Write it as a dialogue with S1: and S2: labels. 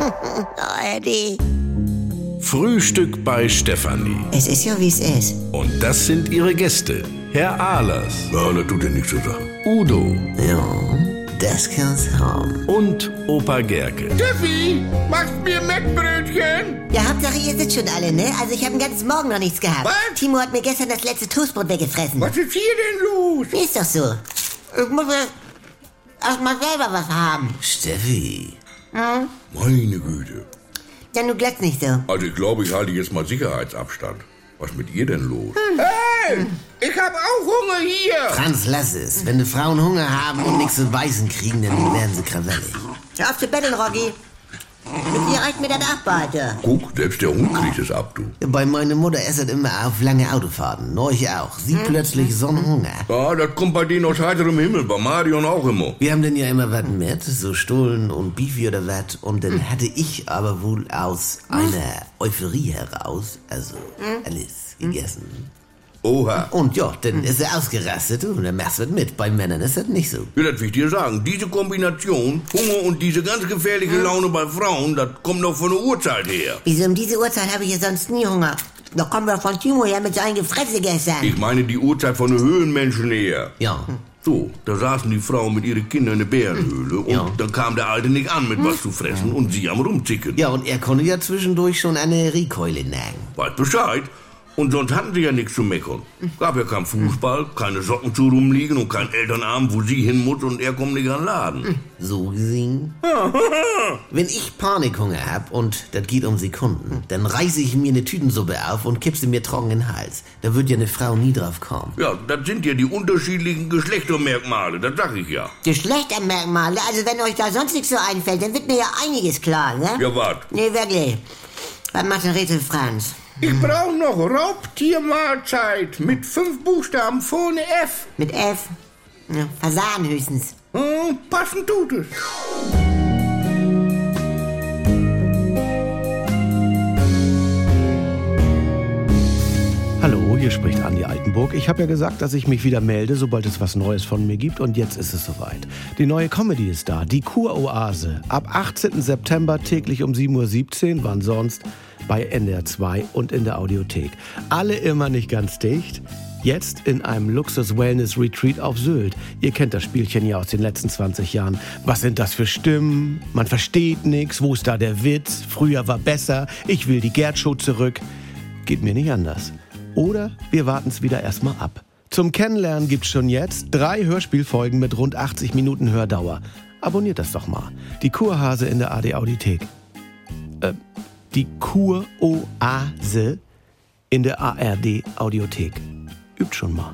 S1: Oh, Eddie.
S2: Frühstück bei Stefanie.
S1: Es ist ja, wie es ist.
S2: Und das sind ihre Gäste. Herr Ahlers,
S3: Ja, das tut dir nichts zu sagen.
S2: Udo
S1: Ja, das kann's haben.
S2: und Opa Gerke.
S4: Tiffy, machst mir Mettbrötchen?
S1: Ja, Hauptsache, ihr sitzt schon alle, ne? Also, ich habe den ganzen Morgen noch nichts gehabt.
S4: Was?
S1: Timo hat mir gestern das letzte Toastbrot weggefressen.
S4: Was ist hier denn los?
S1: Wie ist doch so? Ich muss ja erstmal selber was haben.
S3: Steffi. Meine Güte.
S1: Ja, du glotzt nicht so.
S3: Also ich glaube, ich halte jetzt mal Sicherheitsabstand. Was mit ihr denn los?
S4: Hey, ich hab auch Hunger hier.
S5: Franz, lass es. Wenn die Frauen Hunger haben und nichts zu beißen kriegen, dann werden sie krawallig.
S1: Hör auf zu betteln, Rocky. Mit dir reicht mir das ab, Alter.
S3: Guck, selbst der Hund kriegt es ab, du.
S5: Bei meiner Mutter esset immer auf lange Autofahrten. Neulich auch. Sie plötzlich Sonnenhunger.
S3: Ja, das kommt bei denen aus heiterem Himmel, bei Marion auch immer.
S5: Wir haben denn ja immer was mit, so Stullen und Beefy oder was. Und dann hatte ich aber wohl aus einer Euphorie heraus, also Alice, gegessen.
S3: Oha.
S5: Und ja, dann ist er ausgerastet und dann machst du was mit. Bei Männern ist das nicht so.
S3: Ja, das will ich dir sagen. Diese Kombination, Hunger und diese ganz gefährliche Laune bei Frauen, das kommt doch von der Uhrzeit her.
S1: Wieso um diese Uhrzeit habe ich ja sonst nie Hunger? Da kommen wir von Timo her mit seinen Gefresse gestern.
S3: Ich meine die Uhrzeit von den Höhlenmenschen her.
S5: Ja.
S3: So, da saßen die Frauen mit ihren Kindern in der Bärenhöhle und
S5: Ja.
S3: dann kam der Alte nicht an mit was zu fressen und sie am rumzicken.
S5: Ja, und er konnte ja zwischendurch schon eine Riekeule nagen.
S3: Weiß Bescheid. Und sonst hatten sie ja nichts zu meckern. Gab ja kein Fußball, keine Socken zu rumliegen und keinen Elternabend, wo sie hin muss und er kommt nicht an den Laden.
S5: So gesehen. Wenn ich Panikhunger hab und das geht um Sekunden, dann reiße ich mir eine Tütensuppe auf und kipp sie mir trocken in den Hals. Da wird ja eine Frau nie drauf kommen.
S3: Ja, das sind ja die unterschiedlichen Geschlechtermerkmale, das sag ich ja.
S1: Geschlechtermerkmale, also wenn euch da sonst nichts so einfällt, dann wird mir ja einiges klar, ne?
S3: Ja, wart.
S1: Nee, wirklich. Was macht denn Rätsel Franz?
S4: Ich brauch noch Raubtiermahlzeit mit fünf Buchstaben vorne F.
S1: Mit F? Ja, Fasan höchstens.
S4: Hm, passen tut es.
S6: Hallo, hier spricht Andi Altenburg. Ich habe ja gesagt, dass ich mich wieder melde, sobald es was Neues von mir gibt. Und jetzt ist es soweit. Die neue Comedy ist da, die Kuroase. Ab 18. September täglich um 7.17 Uhr, wann sonst, bei NDR 2 und in der Audiothek. Alle immer nicht ganz dicht. Jetzt in einem Luxus-Wellness-Retreat auf Sylt. Ihr kennt das Spielchen ja aus den letzten 20 Jahren. Was sind das für Stimmen? Man versteht nichts. Wo ist da der Witz? Früher war besser. Ich will die Gerd-Show zurück. Geht mir nicht anders. Oder wir warten es wieder erstmal ab. Zum Kennenlernen gibt's schon jetzt drei Hörspielfolgen mit rund 80 Minuten Hördauer. Abonniert das doch mal. Die Kurhase in der AD Audiothek. Äh, die Kuroase in der ARD Audiothek. Übt schon mal.